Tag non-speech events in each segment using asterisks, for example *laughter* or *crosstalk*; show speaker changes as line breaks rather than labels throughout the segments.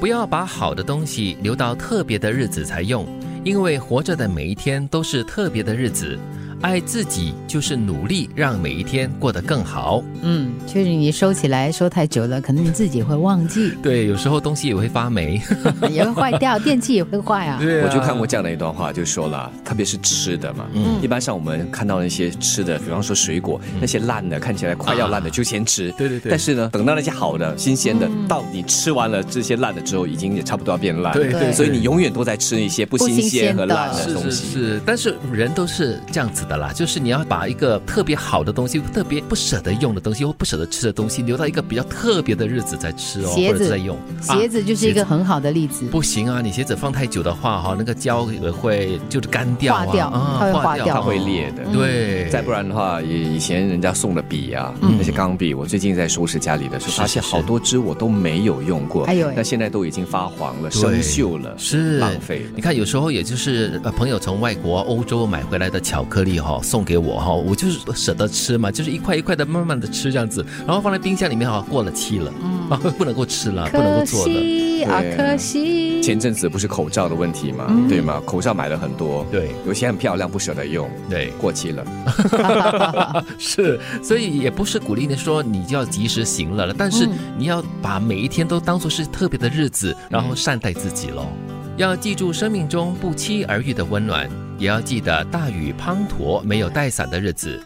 不要把好的东西留到特别的日子才用，因为活着的每一天都是特别的日子。爱自己就是努力让每一天过得更好。
嗯，就是你收起来收太久了，可能你自己会
*laughs*
忘记，
对，有时候东西也会发霉。
也会坏掉，电器也会
*laughs*
坏啊。
对
我就看过这样的一段话，就说了，特别是吃的嘛，
嗯
一般像我们看到那些吃的，比方说水果，那些烂的，看起来快要烂的就先吃，
啊对对对
但是呢，等到那些好的、新鲜的，到你吃完了这些烂的之后，已经也差不多要变烂，
对对对
所以你永远都在吃一些不新鲜和烂
不
的
新
是
东
是
西。
是，但是人都是这样子的啦，就是你要把一个特别好的东西、特别不舍得用的东西或不舍得吃的东西，留到一个比较特别的日子再吃哦，
鞋
或者
子
是再用。
鞋
啊、
子就是一个很好的例子，
不行啊，你鞋子放太久的话，哈，那个胶也会就是干掉啊，
化掉它会
啊，
化掉嗯
它会裂的
哦对，
再不然的话，也以前人家送的笔啊，那些钢笔，我最近在收拾家里的时候，
是
发现
是
好多支我都没有用过，
哎呦喂
那现在都已经发黄了、
对
生锈了，
是
浪费了
你。看，有时候也就是呃，朋友从外国、欧洲买回来的巧克力哈、送给我哈、我就是不舍得吃嘛，就是一块一块的慢慢的吃这样子，然后放在冰箱里面哈、过了期了，嗯，啊，不能够吃了，不能够
可
做了。
惜啊，
对
可惜。
前阵子不是口罩的问题嘛，
嗯
对吗？口罩买了很多，
对
有些很漂亮，不舍得用，
对，
过期了。
*laughs* 是，所以也不是鼓励你说你就要及时行乐了，但是
嗯
你要把每一天都当做是特别的日子，然后善待自己喽。要记住生命中不期而遇的温暖，也要记得大雨滂沱没有带伞的日子。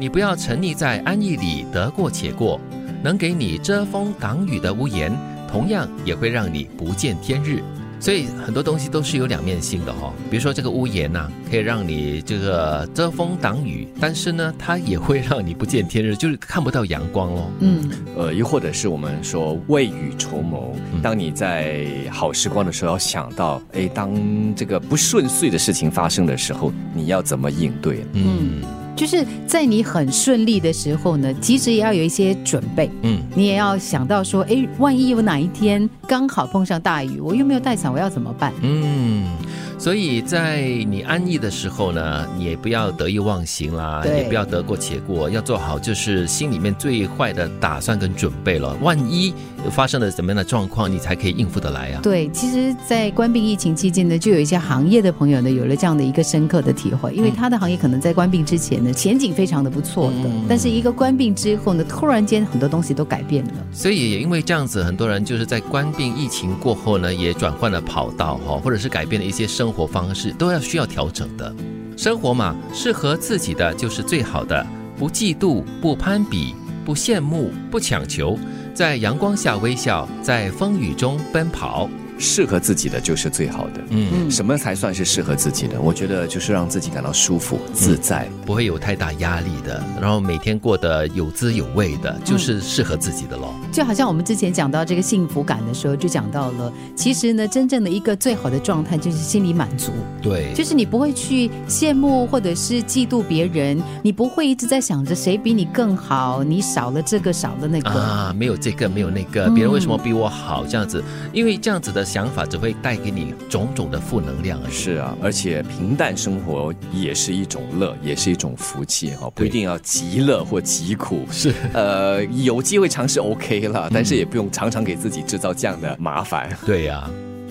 你不要沉溺在安逸里得过且过，能给你遮风挡雨的屋檐，同样也会让你不见天日。所以很多东西都是有两面性的哈、哦，比如说这个屋檐呐、可以让你这个遮风挡雨，但是呢，它也会让你不见天日，就是看不到阳光喽。
*laughs* 嗯，
呃，又或者是我们说未雨绸缪，
嗯
当你在好时光的时候，要想到，哎，当这个不顺遂的事情发生的时候，你要怎么应对？
嗯
就是在你很顺利的时候呢，其实也要有一些准备，
嗯，
你也要想到说，哎，万一有哪一天刚好碰上大雨，我又没有带伞，我要怎么办？
嗯，所以在你安逸的时候呢，你也不要得意忘形啦，
对
也不要得过且过，要做好就是心里面最坏的打算跟准备了。万一发生了什么样的状况，你才可以应付得来啊。
对，其实，在关闭疫情期间呢，就有一些行业的朋友呢，有了这样的一个深刻的体会，
嗯
因为他的行业可能在关闭之前呢，前景非常的不错的，
嗯
但是一个关闭之后呢，突然间很多东西都改变了。
所以也因为这样子，很多人就是在关病疫情过后呢，也转换了跑道哈，或者是改变了一些生活方式，都要需要调整的。生活嘛，适合自己的就是最好的，不嫉妒，不攀比，不羡慕，不强求，在阳光下微笑，在风雨中奔跑。
适合自己的就是最好的。
嗯，
什么才算是适合自己的？我觉得就是让自己感到舒服、
嗯
自在。
不会有太大压力的，然后每天过得有滋有味的，就是适合自己的咯。
就好像我们之前讲到这个幸福感的时候，就讲到了，其实呢，真正的一个最好的状态就是心理满足，
对
就是你不会去羡慕或者是嫉妒别人，你不会一直在想着谁比你更好，你少了这个少了那个。
啊，没有这个，没有那个，别人为什么比我好？这样子，因为这样子的想法只会带给你种种的负能量而已。
是啊，而且平淡生活也是一种乐，也是一种福气哈、不
对
一定要极乐或极苦。
是，
呃，有机会尝试 OK 了，但是也不用常常给自己制造这样的麻烦。
对呀、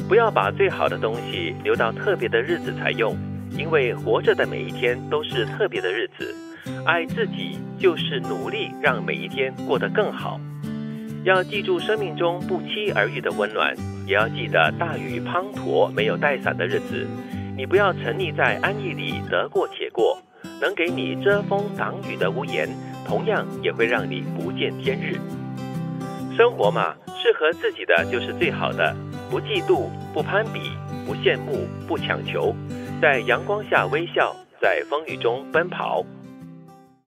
不要把最好的东西留到特别的日子才用，因为活着的每一天都是特别的日子。爱自己就是努力让每一天过得更好。要记住生命中不期而遇的温暖，也要记得大雨滂沱没有带伞的日子。你不要沉溺在安逸里得过且过，能给你遮风挡雨的屋檐，同样也会让你不见天日。生活嘛，适合自己的就是最好的，不嫉妒，不攀比，不羡慕，不强求，在阳光下微笑，在风雨中奔跑，